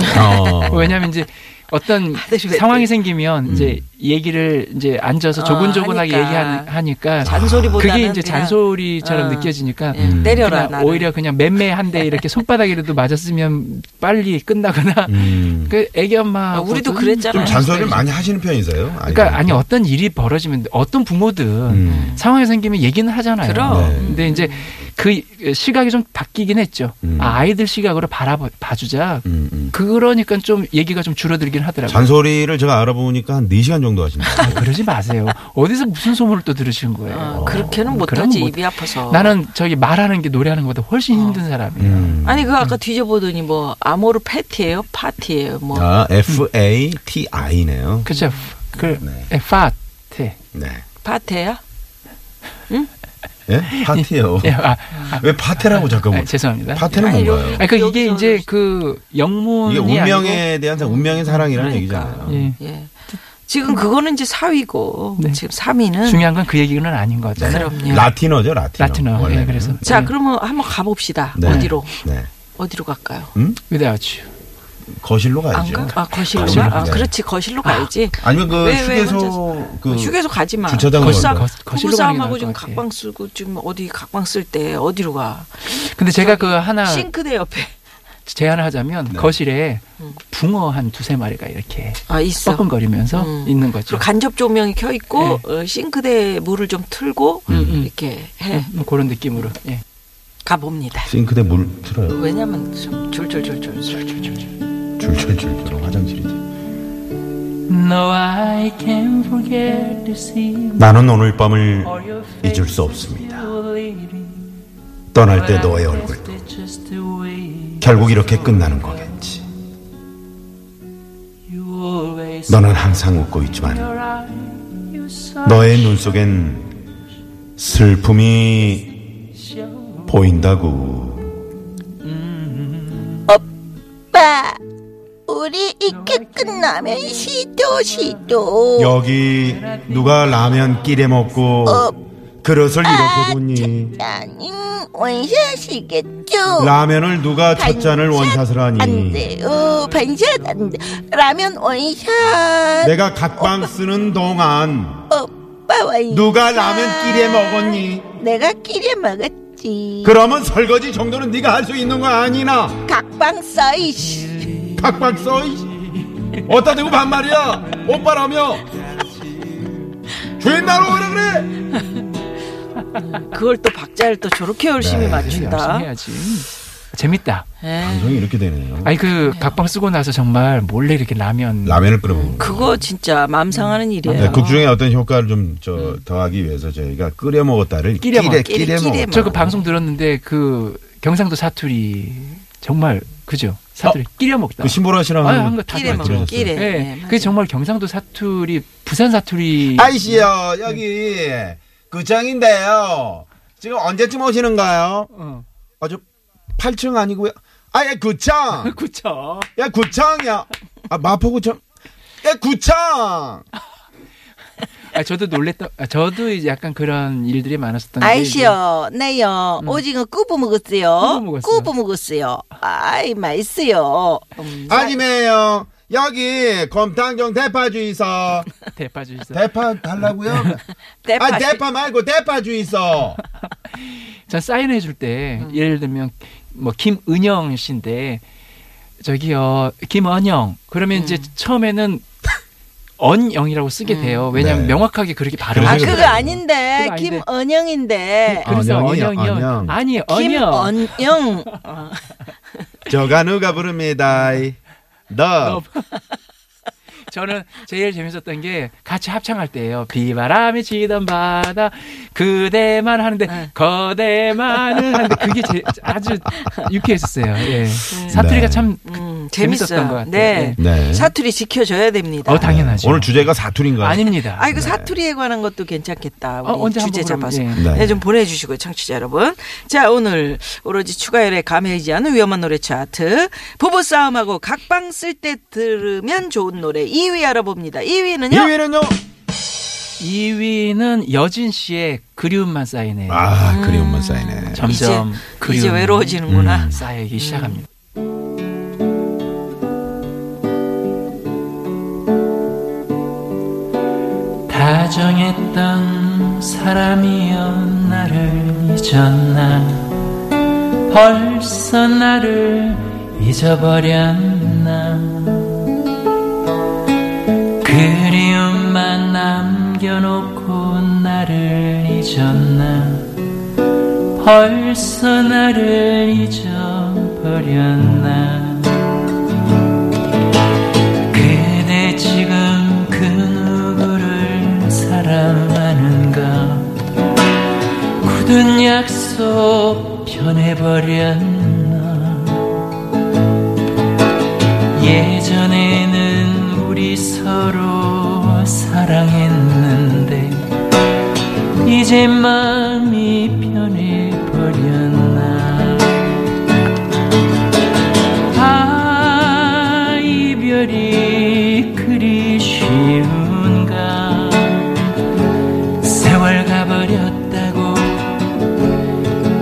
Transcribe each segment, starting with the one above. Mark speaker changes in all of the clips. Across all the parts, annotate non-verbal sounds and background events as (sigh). Speaker 1: (laughs)
Speaker 2: 어.
Speaker 1: 왜냐하면 이제 어떤
Speaker 3: 아들이 네, 왜
Speaker 1: 상황이
Speaker 2: 음.
Speaker 1: 생기면 이제 얘기를 이제 앉아서
Speaker 3: 어,
Speaker 1: 조곤조곤하게
Speaker 3: 하니까.
Speaker 1: 얘기하니까
Speaker 3: 잔소리보다는
Speaker 1: 그게 이제
Speaker 3: 그냥,
Speaker 1: 잔소리처럼
Speaker 3: 어.
Speaker 1: 느껴지니까
Speaker 3: 예,
Speaker 2: 음.
Speaker 3: 때려라
Speaker 1: 그냥
Speaker 3: 나를.
Speaker 1: 오히려 그냥 맴매 한 대 이렇게 손바닥이라도 맞았으면 빨리 끝나거나
Speaker 2: 음.
Speaker 1: 그 애기 엄마
Speaker 3: 아, 우리도
Speaker 2: 좀
Speaker 3: 그랬잖아요.
Speaker 2: 잔소리를 많이 하시는 편이세요?
Speaker 1: 그러니까 아니 어떤 일이 벌어지면 어떤 부모든
Speaker 2: 음.
Speaker 1: 상황이 생기면 얘기는 하잖아요.
Speaker 3: 그럼.
Speaker 2: 네.
Speaker 1: 근데 이제 그 시각이 좀 바뀌긴 했죠.
Speaker 2: 음.
Speaker 1: 아, 아이들 시각으로 바라봐 주자.
Speaker 2: 음, 음.
Speaker 1: 그러니까 좀 얘기가 좀 줄어들긴 하더라고요. 아,
Speaker 2: 잔소리를 제가 알아보니까 한 4시간 정도 하신다.
Speaker 1: 그러지 마세요. 어디서 무슨 소문을 또 들으신 거예요?
Speaker 2: 어.
Speaker 3: 아, 그렇게는
Speaker 1: 어, 그럼
Speaker 3: 못하지
Speaker 1: 못-
Speaker 3: 입이 아파서.
Speaker 1: 나는 저기 말하는 게 노래하는 것보다
Speaker 3: 아.
Speaker 1: 훨씬 힘든 사람이에요.
Speaker 2: 음.
Speaker 3: 아니 그 아까 뒤져보더니 뭐 아모르 패티예요, 파티예요. 뭐
Speaker 2: 아, F A T I네요.
Speaker 1: 그죠? 그
Speaker 2: 네.
Speaker 1: 에, 파테.
Speaker 2: 네.
Speaker 3: 파테야?
Speaker 2: 예? 파티요.
Speaker 1: (laughs) 예, 아, 아,
Speaker 2: 왜 파테라고 자꾸
Speaker 1: 아, 죄송합니다.
Speaker 2: 파테는
Speaker 3: 아니,
Speaker 2: 뭔가요?
Speaker 3: 여기-
Speaker 1: 아, 그 이게
Speaker 3: 여기서
Speaker 1: 이제 그 영문이
Speaker 2: 이게
Speaker 1: 아니고,
Speaker 2: 운명에 대한 사- 운명의 사랑이라는 얘기잖아요.
Speaker 1: 예.
Speaker 3: 예. 지금 그거는 이제 4위고
Speaker 1: 네.
Speaker 3: 지금 3위는
Speaker 1: 중요한 건 그 얘기는 아닌 거죠.
Speaker 3: 그럼요.
Speaker 2: 네. 라틴어죠, 라틴어.
Speaker 1: 라틴어. 예,
Speaker 2: 원래는.
Speaker 1: 그래서
Speaker 3: 자
Speaker 1: 예,
Speaker 3: 그러면 한번 가봅시다.
Speaker 2: 네.
Speaker 3: 어디로
Speaker 2: 네.
Speaker 3: 어디로 갈까요?
Speaker 1: without you.
Speaker 2: 거실로
Speaker 3: 안
Speaker 2: 가야죠.
Speaker 3: 가? 아 거실로
Speaker 2: 거실로
Speaker 3: 가? 아,
Speaker 2: 가자.
Speaker 3: 그렇지 거실로 가야지.
Speaker 2: 아니면 그
Speaker 3: 왜, 왜
Speaker 2: 휴게소 그
Speaker 3: 휴게소 가지 마.
Speaker 2: 주차장으로
Speaker 3: 거싸-
Speaker 2: 가자.
Speaker 1: 거- 거실로 가는
Speaker 3: 부부싸움하고
Speaker 1: 게 나을
Speaker 3: 지금
Speaker 1: 것 같아.
Speaker 3: 각방 쓰고 지금 어디 각방 쓸 때 어디로 가?
Speaker 1: 근데 제가 그 하나
Speaker 3: 싱크대 옆에.
Speaker 1: 제안을 하자면 거실에 붕어 한 두세 마리가 이렇게
Speaker 3: 아 있어.
Speaker 1: 뻐근거리면서
Speaker 3: 음.
Speaker 1: 있는 거죠.
Speaker 3: 그리고 간접 조명이 켜 있고 어, 싱크대에 물을 좀 틀고
Speaker 1: 네. 음.
Speaker 3: 이렇게 해
Speaker 1: 음, 그런 느낌으로. 예.
Speaker 3: 가봅니다.
Speaker 2: 싱크대 물 틀어요.
Speaker 3: 왜냐면 좀 줄줄줄줄줄줄줄.
Speaker 2: 줄줄줄줄 화장실이지.
Speaker 1: No, I can't forget to see
Speaker 2: 나는 오늘 밤을
Speaker 1: all your face
Speaker 2: 잊을 수 없습니다.
Speaker 1: leaving.
Speaker 2: 떠날 때 너의 얼굴도
Speaker 1: But I just the way
Speaker 2: 결국 이렇게 끝나는 거겠지.
Speaker 1: you always
Speaker 2: 너는 항상 웃고 있지만
Speaker 1: are out. You saw
Speaker 2: 너의 눈 속엔 슬픔이 보인다고.
Speaker 4: 오빠, 우리 이렇게 끝나면 시도 시도.
Speaker 2: 여기 누가 라면 끼래 먹고 그릇을
Speaker 4: 아,
Speaker 2: 이렇게 보니
Speaker 4: 아니, 원샷이겠죠.
Speaker 2: 라면을 누가 첫 잔을 원샷을
Speaker 4: 어. 안
Speaker 2: 하니
Speaker 4: 돼요. 반샷 안 돼. 라면 원샷.
Speaker 2: 내가 각방
Speaker 4: 어.
Speaker 2: 쓰는 동안
Speaker 4: 오빠 원샷.
Speaker 2: 누가 라면 끼래 먹었니
Speaker 4: 내가 끼리 먹었지.
Speaker 2: 그러면 설거지 정도는 네가 할 수 있는 거 아니나
Speaker 4: 각방 써이씨.
Speaker 2: 각방 써 이씨. 어디다 대고 반말이야 오빠라며 주인 나로 오라 그래
Speaker 3: 그걸 또 박자를 또 저렇게 열심히
Speaker 2: 네.
Speaker 1: 예, 열심히
Speaker 3: 맞춘다.
Speaker 1: 해야지. 재밌다.
Speaker 3: 예.
Speaker 2: 방송이 이렇게 되네요
Speaker 1: 아니 그 각방 쓰고 나서 정말 몰래 이렇게 라면
Speaker 2: 라면을 끓여 먹는 거
Speaker 3: 그거 진짜 맘 상하는 일이에요.
Speaker 1: 그
Speaker 2: 네, 국중에 어떤 효과를 좀 저 더하기 위해서 저희가 끓여 먹었다를
Speaker 1: 끼려
Speaker 2: 끼래
Speaker 1: 먹-
Speaker 2: 끼래
Speaker 3: 끼래
Speaker 2: 먹었다
Speaker 1: 저 그 방송 들었는데 그 경상도 사투리 정말 그죠? 사투리 끼려 먹다.
Speaker 2: 그 신보라 씨랑
Speaker 1: 아유,
Speaker 2: 한-
Speaker 1: 한거다
Speaker 3: 끼래
Speaker 2: 아,
Speaker 3: 먹어.
Speaker 2: 들으셨어요?
Speaker 3: 끼래.
Speaker 1: 예.
Speaker 3: 네,
Speaker 1: 그게 정말 경상도 사투리, 부산 사투리.
Speaker 2: 아이씨요 여기 구청인데요 지금 언제쯤 오시는가요?
Speaker 1: 어.
Speaker 2: 아주 8층 아니고요 아예
Speaker 1: (laughs)
Speaker 2: 구청
Speaker 1: 그쵸.
Speaker 2: 야 구청이야 아 마포구청 야 구청
Speaker 1: 아, 저도 놀랬다. 아, 저도 이제 약간 그런 일들이 많았었던 게
Speaker 4: 아이씨요, 네요. 오징어 구워 먹었어요.
Speaker 1: 네, 음. 구워 먹었어요.
Speaker 4: 구워 먹었어요. 아이, 맛있어요. 음,
Speaker 2: 아니매요 여기 검탕정 대파 주이소 아,
Speaker 1: 이제 대파 주시죠.
Speaker 2: 대파 달라고요?
Speaker 3: (laughs) 대파.
Speaker 2: 아 대파 말고 대파 주이소
Speaker 1: 아, 전 사인해 줄 때 예를 들면 뭐 김은영 씨인데 저기요 김은영 그러면 이제 처음에는 언영이라고 쓰게 돼요. 왜냐하면
Speaker 2: 네.
Speaker 1: 명확하게 그렇게 발음을
Speaker 4: 아,
Speaker 1: 하거든요.
Speaker 4: 그거 아닌데.
Speaker 1: 네. 그거 아닌데.
Speaker 4: 김언영인데.
Speaker 1: 그래서
Speaker 2: 언영이요,
Speaker 1: 언영이요.
Speaker 2: 언영.
Speaker 1: 아, 아니 언영.
Speaker 4: 김언영.
Speaker 2: 저가 누가 부릅니다 너
Speaker 1: 저는 제일 재밌었던 게 같이 합창할 때예요. 비바람이 치던 바다 그대만 하는데 거대만은 하는데 그게 제, 아주 유쾌했었어요. 예. 사투리가
Speaker 2: 네.
Speaker 1: 참 그,
Speaker 3: 음,
Speaker 1: 재밌었던
Speaker 3: 재밌었어요.
Speaker 1: 것 같아요.
Speaker 3: 네.
Speaker 2: 네.
Speaker 3: 사투리 지켜줘야 됩니다.
Speaker 1: 어, 당연하죠.
Speaker 2: 오늘 주제가 사투리인가요?
Speaker 1: 아닙니다.
Speaker 3: 아 이거 사투리에 관한 것도 괜찮겠다. 우리
Speaker 1: 어, 언제
Speaker 3: 주제
Speaker 1: 한번
Speaker 3: 잡아서
Speaker 1: 그럼,
Speaker 2: 예. 네.
Speaker 3: 네, 좀 보내주시고요, 청취자 여러분. 자 오늘 오로지 추가열에 감해지 않은 위험한 노래 차트 부부 싸움하고 각방 쓸 때 들으면 좋은 노래 2위 알아봅니다. 2위는요.
Speaker 2: 2위는요
Speaker 1: 2위는 여진 씨의 그리움만 쌓이네.
Speaker 2: 아, 그리움만 쌓이네.
Speaker 1: 점점
Speaker 3: 이제,
Speaker 1: 그리움
Speaker 3: 이제 외로워지는구나.
Speaker 1: 음, 쌓이기 시작합니다. 다정했던 사람이여 나를 잊었나 벌써 나를 잊어버렸나 그리움만 남겨놓고 나를 잊었나 벌써 나를 잊어버렸나 그대 지금 그 누구를 사랑하는가 굳은 약속 변해버렸나 예전에는 우리 서로 사랑했는데 이제 마음이 변해버렸나 아 이별이 그리 쉬운가 세월 가버렸다고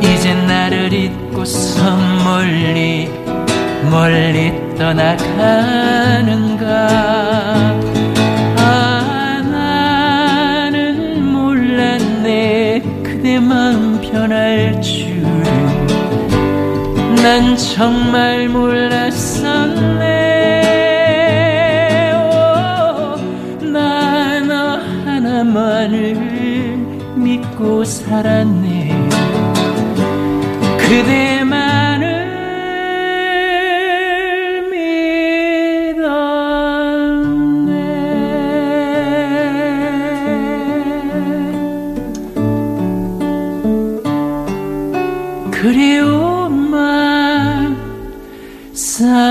Speaker 1: 이제 나를 잊고서 멀리 멀리 떠나가는가 아 나는 몰랐네 그대 마음 변할 줄은 난 정말 몰랐었네 나 너 하나만을 믿고 살았네 그대만을 믿었네 그리움만 쌓이네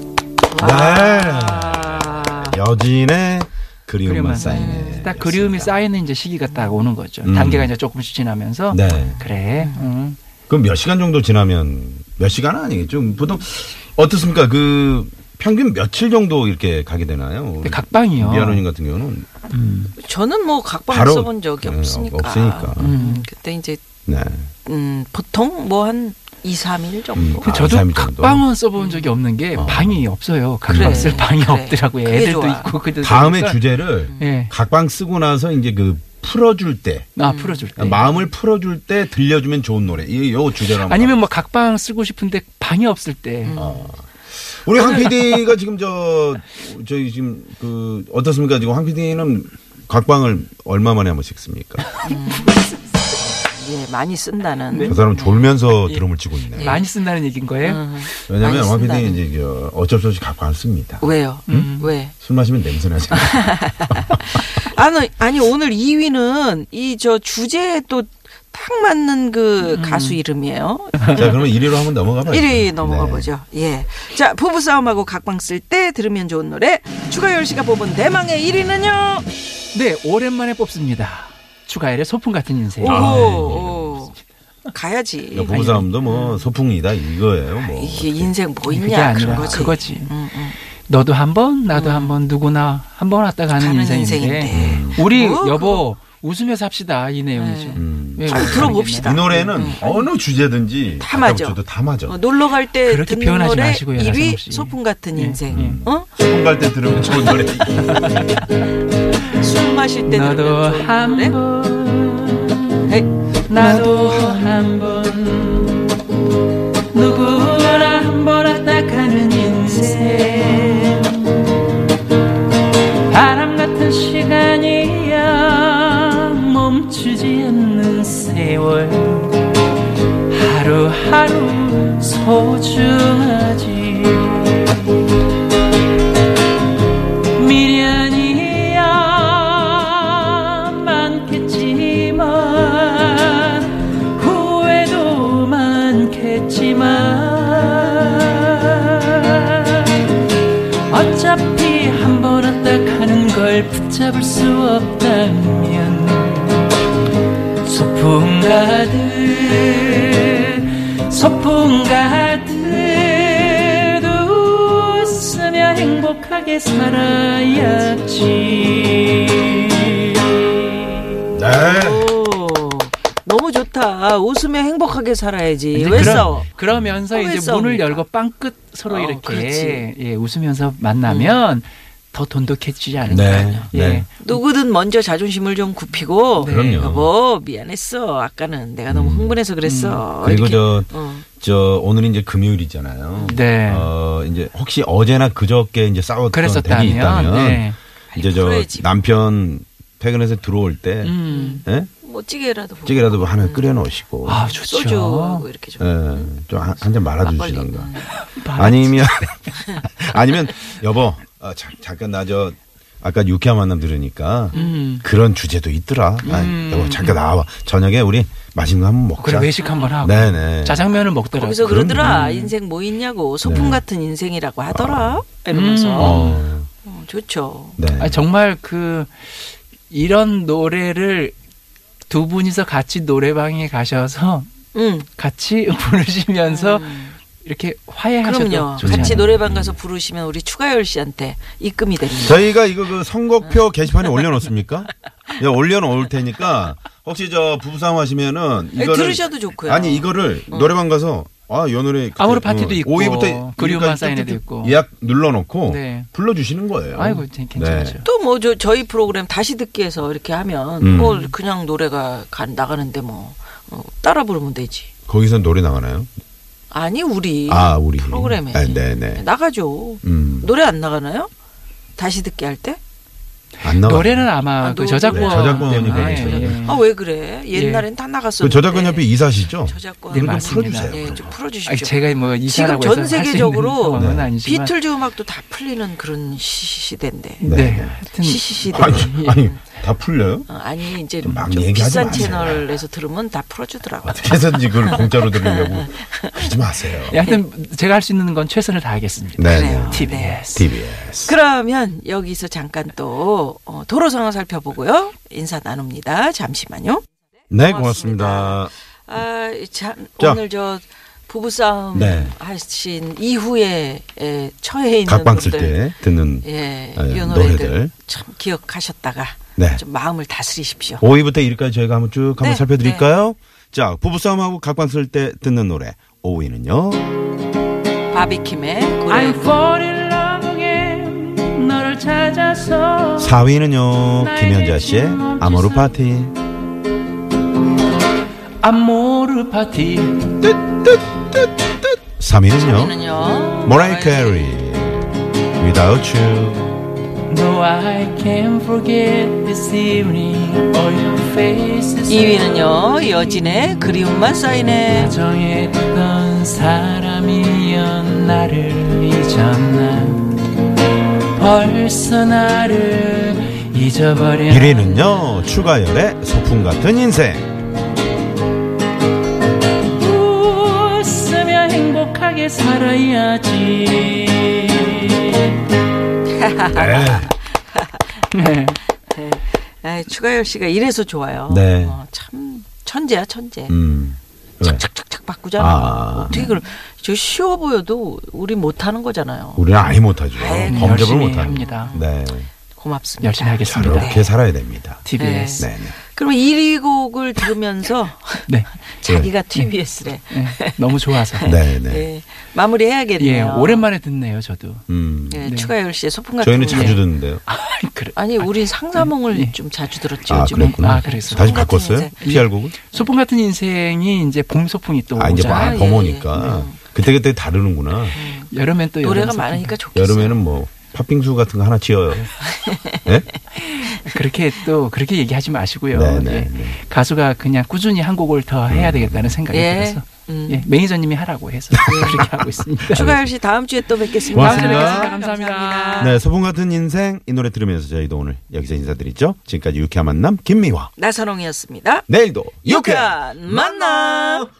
Speaker 2: 네.
Speaker 1: 아,
Speaker 2: 여진의 그리움만
Speaker 1: 그리움만
Speaker 2: 쌓이네.
Speaker 1: 딱 그리움이 쌓이는 이제 시기가 딱 오는 거죠. 단계가 이제 조금씩 지나면서
Speaker 2: 음. 네.
Speaker 1: 그래. 음.
Speaker 2: 그럼 몇 시간 정도 지나면 몇 시간은 아니겠죠. 보통 어떻습니까? 그 평균 며칠 정도 이렇게 가게 되나요?
Speaker 1: 근데 각방이요.
Speaker 2: 미아노님 같은 경우는
Speaker 3: 저는 뭐 각방
Speaker 2: 바로-
Speaker 3: 써본 적이
Speaker 2: 네,
Speaker 3: 없으니까.
Speaker 2: 없으니까.
Speaker 3: 음, 그때 이제
Speaker 2: 네.
Speaker 3: 음, 보통 뭐 한 2, 3일 정도.
Speaker 2: 음.
Speaker 1: 그
Speaker 2: 아,
Speaker 1: 저도
Speaker 2: 삼일 정도?
Speaker 1: 각방은 써본 적이 없는 게
Speaker 2: 어.
Speaker 1: 방이 없어요. 각방 쓸 방이
Speaker 3: 그래.
Speaker 1: 없더라고요.
Speaker 3: 그게
Speaker 1: 애들도
Speaker 3: 좋아.
Speaker 1: 있고 그들
Speaker 2: 다음에
Speaker 3: 그러니까
Speaker 2: 주제를
Speaker 1: 예.
Speaker 2: 각방 쓰고 나서 이제 그 풀어줄 때 그러니까
Speaker 1: 아 풀어줄 때.
Speaker 3: 네.
Speaker 2: 마음을 풀어줄 때 들려주면 좋은 노래. 이요 주제로 한번 어.
Speaker 1: 아니면 뭐 각방 쓰고 싶은데 방이 없을 때.
Speaker 3: 음,
Speaker 2: 우리 황 PD가 지금 저 저희 지금 그 어떻습니까? 지금 황 PD는 각방을 얼마 만에 한 번씩 씁니까?
Speaker 3: 예, 많이 쓴다는.
Speaker 2: 저 사람 졸면서 드럼을 치고 있네.
Speaker 1: 많이 쓴다는 얘기인 거예요?
Speaker 3: 음.
Speaker 2: 왜냐면
Speaker 3: 많이
Speaker 2: 황
Speaker 3: 쓴다는.
Speaker 2: PD는 이제 저 어쩔 수 없이 각방을 씁니다.
Speaker 3: 왜요?
Speaker 1: 음?
Speaker 3: 왜?
Speaker 2: 술 마시면 냄새 나잖아요.
Speaker 3: 아니, 아니 오늘 2위는 이 저 주제에 또 딱 맞는 그
Speaker 1: 음.
Speaker 3: 가수 이름이에요.
Speaker 2: 자, 그러면 1위로 한번 넘어가 봐요.
Speaker 3: 1위 넘어가
Speaker 2: 네.
Speaker 3: 보죠. 예. 자, 부부 싸움하고 각방 쓸 때 들으면 좋은 노래. 추가열 씨가 뽑은 대망의 1위는요.
Speaker 2: 아,
Speaker 1: 네 오랜만에 뽑습니다. 추가일의 소풍 같은 인생.
Speaker 3: 오,
Speaker 2: 아,
Speaker 3: 오.
Speaker 2: 네.
Speaker 3: 가야지.
Speaker 2: 부부싸움도 뭐 소풍이다 이거예요. 뭐.
Speaker 3: 음. 이게 인생 뭐
Speaker 1: 그게
Speaker 3: 있냐
Speaker 1: 아니라
Speaker 3: 그런 거지.
Speaker 1: 그거지.
Speaker 3: 음, 음.
Speaker 1: 너도 한번 나도 한번 누구나 한번 왔다 가는,
Speaker 3: 가는
Speaker 1: 인생인데, 음.
Speaker 3: 인생인데.
Speaker 1: 우리
Speaker 3: 뭐
Speaker 1: 여보 웃으면서 합시다 이 내용이죠.
Speaker 2: 음.
Speaker 1: 왜
Speaker 3: 아유,
Speaker 1: 웃으면
Speaker 3: 들어봅시다. 음,
Speaker 2: 이 노래는 어느 주제든지
Speaker 3: 다 맞아.
Speaker 2: 갖다 붙여도 다 맞아.
Speaker 3: 어, 놀러 갈 때
Speaker 1: 그렇게
Speaker 3: 듣는
Speaker 1: 표현하지
Speaker 3: 노래
Speaker 1: 마시고요,
Speaker 3: 1위
Speaker 1: 나선홍 씨.
Speaker 3: 소풍 같은
Speaker 1: 예,
Speaker 3: 인생. 어?
Speaker 2: 소풍 갈 때 들으면
Speaker 3: (laughs)
Speaker 2: 좋은 노래.
Speaker 3: 술 마실 때 네. 들으면 좋은
Speaker 1: 너도
Speaker 3: 노래.
Speaker 1: 한번
Speaker 3: 에이.
Speaker 2: 네.
Speaker 1: 나도 한번 누구나 한번 왔다 가는 인생 바람 같은 시간이야 멈추지 않는 세월 하루하루 소중하지 미련이야 많겠지만 후회도 많겠지만 어차피 한 번 왔다 가는 걸 붙잡을 수 없다면 소풍 가듯 소풍 가듯 웃으며 행복하게 살아야지
Speaker 3: 어,
Speaker 2: 네.
Speaker 3: 오, 너무 좋다. 웃으며 행복하게 살아야지.
Speaker 1: 이제
Speaker 3: 왜
Speaker 1: 네, 그런-
Speaker 3: 싸워?
Speaker 1: 그러면서
Speaker 3: 왜
Speaker 1: 이제 문을
Speaker 3: 싸웁니까?
Speaker 1: 열고 빵끝 서로
Speaker 3: 어,
Speaker 1: 이렇게
Speaker 3: 그렇지. 음.
Speaker 1: 예, 웃으면서 만나면 더 돈독해지지
Speaker 2: 네,
Speaker 1: 않을까요? 예.
Speaker 2: 네.
Speaker 3: 누구든 먼저 자존심을 좀 굽히고
Speaker 1: 네. 음,
Speaker 2: 그럼요.
Speaker 3: 여보 미안했어 아까는 내가 너무 흥분해서 그랬어
Speaker 2: 그리고
Speaker 3: 이렇게.
Speaker 2: 저,
Speaker 3: 어.
Speaker 2: 저, 오늘이 이제 금요일이잖아요.
Speaker 1: 네.
Speaker 2: 어, 이제 혹시 어제나 그저께 이제 싸웠던
Speaker 1: 그랬었다면,
Speaker 2: 이 있다면
Speaker 1: 네.
Speaker 2: 이제 저
Speaker 3: 풀어야지.
Speaker 2: 남편 퇴근해서 들어올 때
Speaker 1: 음.
Speaker 2: 예?
Speaker 3: 뭐찌개라도 볶아.
Speaker 2: 찌개라도 뭐
Speaker 3: 음.
Speaker 2: 하나 끓여 놓으시고 예,
Speaker 1: 아 좋죠.
Speaker 3: 소주하고 뭐 이렇게 좀
Speaker 2: 좀한잔 말아 주시던가.
Speaker 1: 바람- (laughs)
Speaker 2: 아니면 아니면 여보 어, 자- 잠깐 나 저 아까 유쾌한 만남 들으니까
Speaker 1: 음.
Speaker 2: 그런 주제도 있더라. 아이,
Speaker 1: 음.
Speaker 2: 여보 잠깐 나와 저녁에 우리 맛있는 거 한번
Speaker 1: 그래
Speaker 2: 먹자.
Speaker 1: 외식 한번 하고
Speaker 2: 네네.
Speaker 1: 짜장면을 먹더라고.
Speaker 3: 거기서
Speaker 2: 그럼요.
Speaker 3: 그러더라
Speaker 1: 음.
Speaker 3: 인생 뭐 있냐고 소풍
Speaker 2: 네.
Speaker 3: 같은 인생이라고 하더라 이러면서
Speaker 1: 음.
Speaker 2: 어,
Speaker 3: 어, 좋죠
Speaker 2: 네.
Speaker 1: 아, 정말 그 이런 노래를 두 분이서 같이 노래방에 가셔서
Speaker 3: 응
Speaker 1: 같이 (laughs) 부르시면서 이렇게 화해하셔도
Speaker 3: 음. 그럼요
Speaker 1: 좋지
Speaker 3: 같이
Speaker 1: 않아요? 음.
Speaker 3: 노래방 가서 부르시면 우리 추가열 씨한테 입금이 됩니다
Speaker 2: 저희가 이거 그 선곡표 게시판에 올려놓습니까? 예, 올려놓을 테니까 혹시 저 부부싸움 하시면은
Speaker 3: 예,
Speaker 2: 이거를
Speaker 3: 들으셔도 좋고요.
Speaker 2: 아니 이거를 노래방 가서 아, 이 노래 그때,
Speaker 1: 어. 아모르 파티도
Speaker 2: 어,
Speaker 1: 있고,
Speaker 2: 5위부터
Speaker 1: 그리움만 사인회도 있고.
Speaker 2: 예약 눌러놓고
Speaker 1: 네.
Speaker 2: 불러주시는 거예요.
Speaker 1: 아이고 괜찮죠.
Speaker 2: 네.
Speaker 3: 또 뭐 저희 프로그램 다시 듣기해서 이렇게 하면
Speaker 2: 음.
Speaker 3: 뭐 그냥 노래가 가- 나가는데 뭐 어, 따라 부르면 되지
Speaker 2: 거기서 노래 나가나요?
Speaker 3: 아니 우리
Speaker 2: 아 우리
Speaker 3: 프로그램에
Speaker 2: 아, 네네.
Speaker 3: 나가죠.
Speaker 2: 음.
Speaker 3: 노래 안 나가나요? 다시 듣게 할 때?
Speaker 2: 안 나가.
Speaker 1: 노래는 아마
Speaker 3: 아,
Speaker 1: 그
Speaker 3: 노-
Speaker 1: 저작권
Speaker 3: 네,
Speaker 2: 저작권이
Speaker 1: 때문에 예,
Speaker 2: 걸리죠. 네.
Speaker 3: 아 왜 그래? 옛날엔 다 나갔었는데.
Speaker 2: 그 저작권 협회 이사시죠?
Speaker 3: 저작권
Speaker 1: 네,
Speaker 3: 좀
Speaker 1: 맞습니다.
Speaker 2: 풀어주세요,
Speaker 3: 예,
Speaker 2: 그런
Speaker 3: 좀
Speaker 2: 거.
Speaker 3: 풀어주십시오.
Speaker 1: 아니, 제가 뭐
Speaker 3: 지금
Speaker 1: 이사라고
Speaker 3: 전
Speaker 1: 해서 할수 있는
Speaker 3: 세계적으로
Speaker 1: 상황은
Speaker 2: 네.
Speaker 1: 아니지만
Speaker 3: 비틀즈 음악도 다 풀리는 그런 시- 시대인데.
Speaker 1: 네.
Speaker 2: 네.
Speaker 1: 하여튼
Speaker 3: 시시 시대.
Speaker 2: 아니, 아니 다 풀려요?
Speaker 3: 어, 아니 이제
Speaker 2: 좀
Speaker 3: 좀,
Speaker 2: 막 얘기하지
Speaker 3: 비싼
Speaker 2: 마세요.
Speaker 3: 채널에서 들으면 다 풀어주더라고.
Speaker 2: 어떻게 해서든지 그걸 공짜로 들으려고
Speaker 3: 네.
Speaker 2: 하지 마세요.
Speaker 1: 예, 하여튼 제가 할 수 있는 건 최선을 다하겠습니다.
Speaker 2: 네네.
Speaker 3: 그래요.
Speaker 1: TBS.
Speaker 2: TBS.
Speaker 3: 그러면 여기서 잠깐 또 어, 도로 상황 살펴보고요. 인사 나눕니다. 잠시만요.
Speaker 2: 네 고맙습니다.
Speaker 3: 아, 참
Speaker 2: 자.
Speaker 3: 오늘 저 부부싸움
Speaker 2: 네.
Speaker 3: 하신 이후에 에, 처해 있는
Speaker 2: 각방 쓸
Speaker 3: 분들,
Speaker 2: 때 듣는
Speaker 3: 예,
Speaker 2: 예,
Speaker 3: 이 노래들,
Speaker 2: 노래들.
Speaker 3: 참 기억하셨다가
Speaker 2: 네.
Speaker 3: 좀 마음을 다스리십시오.
Speaker 2: 5위부터 1위까지 저희가 한번 쭉 한번
Speaker 3: 네,
Speaker 2: 살펴드릴까요? 자, 부부싸움하고 각방 쓸 때 듣는 노래. 5위는요. 어?
Speaker 3: 바비킴의 고래
Speaker 1: I'm fall in love again 너를 찾아서
Speaker 2: 4위는요. 김현자 씨의 아모르 파티.
Speaker 1: 아모르 파티
Speaker 2: 3위는요.
Speaker 3: 씨는요.
Speaker 2: 모라이 캐리. Without You.
Speaker 1: No I can't forget this evening All your faces
Speaker 3: 2위는요 여진의 그리움만 쌓이네.
Speaker 1: 정했던 사람이여 나를 잊었나 벌써 나를 잊어버려
Speaker 2: 1위는요. 추가열의 소풍 같은 인생.
Speaker 1: 웃으며 행복하게 살아야지
Speaker 2: 아.
Speaker 1: 네.
Speaker 3: 에이, 추가열 씨가 이래서 좋아요.
Speaker 2: 네.
Speaker 3: 어, 참 천재야 천재.
Speaker 2: 음. 왜?
Speaker 3: 착착착착 바꾸잖아.
Speaker 2: 아.
Speaker 3: 어떻게 그럼 저 쉬워 보여도 우리 못하는 거잖아요.
Speaker 2: 우리는 아예 못하죠.
Speaker 3: 아예
Speaker 2: 범접을
Speaker 1: 열심히
Speaker 2: 못합니다.
Speaker 1: 합니다.
Speaker 2: 네.
Speaker 3: 고맙습니다.
Speaker 1: 열심히 하겠습니다
Speaker 2: 저렇게 살아야 됩니다.
Speaker 1: TBS
Speaker 2: 네. 네.
Speaker 3: 그럼 1위 곡을
Speaker 2: (laughs)
Speaker 3: 들으면서
Speaker 1: 네.
Speaker 3: 자기가 TBS래.
Speaker 1: 네. 너무 좋아서
Speaker 2: 네. 네.
Speaker 3: 예, 마무리해야겠네요.
Speaker 1: 예 오랜만에 네. 듣네요 저도
Speaker 2: 음.
Speaker 3: 예, 추가열 씨의 소풍 같은
Speaker 2: 저희는
Speaker 3: 거.
Speaker 2: 자주 듣는데요.
Speaker 1: 그래.
Speaker 3: 네. 아니, 우리 상사몽을
Speaker 1: 예.
Speaker 3: 좀 자주 들었죠.
Speaker 2: 아,
Speaker 3: 요즘에.
Speaker 2: 그랬구나.
Speaker 1: 아, 그랬어요.
Speaker 2: 다시
Speaker 3: 소풍 같은
Speaker 2: 바꿨어요?
Speaker 3: 인생.
Speaker 2: PR 곡을?
Speaker 1: 소풍 같은 인생이 이제 봄 소풍이 또
Speaker 2: 아, 이제
Speaker 1: 오잖아요.
Speaker 2: 막
Speaker 3: 예,
Speaker 2: 범어니까. 그때그때 다르는구나.
Speaker 1: 네, 여름엔 또
Speaker 3: 노래가
Speaker 1: 여름 소풍.
Speaker 3: 많으니까 좋겠어요.
Speaker 2: 여름에는 뭐, 팥빙수 같은 거 하나 지어요. 예?
Speaker 1: 그렇게 또 그렇게 얘기하지 마시고요.
Speaker 2: 네, 네, 음.
Speaker 1: 예.
Speaker 2: 네.
Speaker 1: 가수가 그냥 꾸준히 한 곡을 더 해야 되겠다는 생각이
Speaker 3: 예.
Speaker 1: 들어서
Speaker 3: 음. 예.
Speaker 1: 예, 매니저님이 하라고 해서 그렇게 하고
Speaker 2: (laughs)
Speaker 1: 있습니다.
Speaker 3: 추가열 씨 다음 주에 또 뵙겠습니다.
Speaker 2: 고맙습니다.
Speaker 3: 다음 주에 뵙겠습니다.
Speaker 1: 감사합니다.
Speaker 2: 네, 소풍 같은 인생. 이 노래 들으면서 저희도 오늘 여기서 인사드리죠. 지금까지 유쾌한 만남, 김미화.
Speaker 3: 나선홍이었습니다.
Speaker 2: 내일도 유쾌한
Speaker 3: 유쾌한 만남.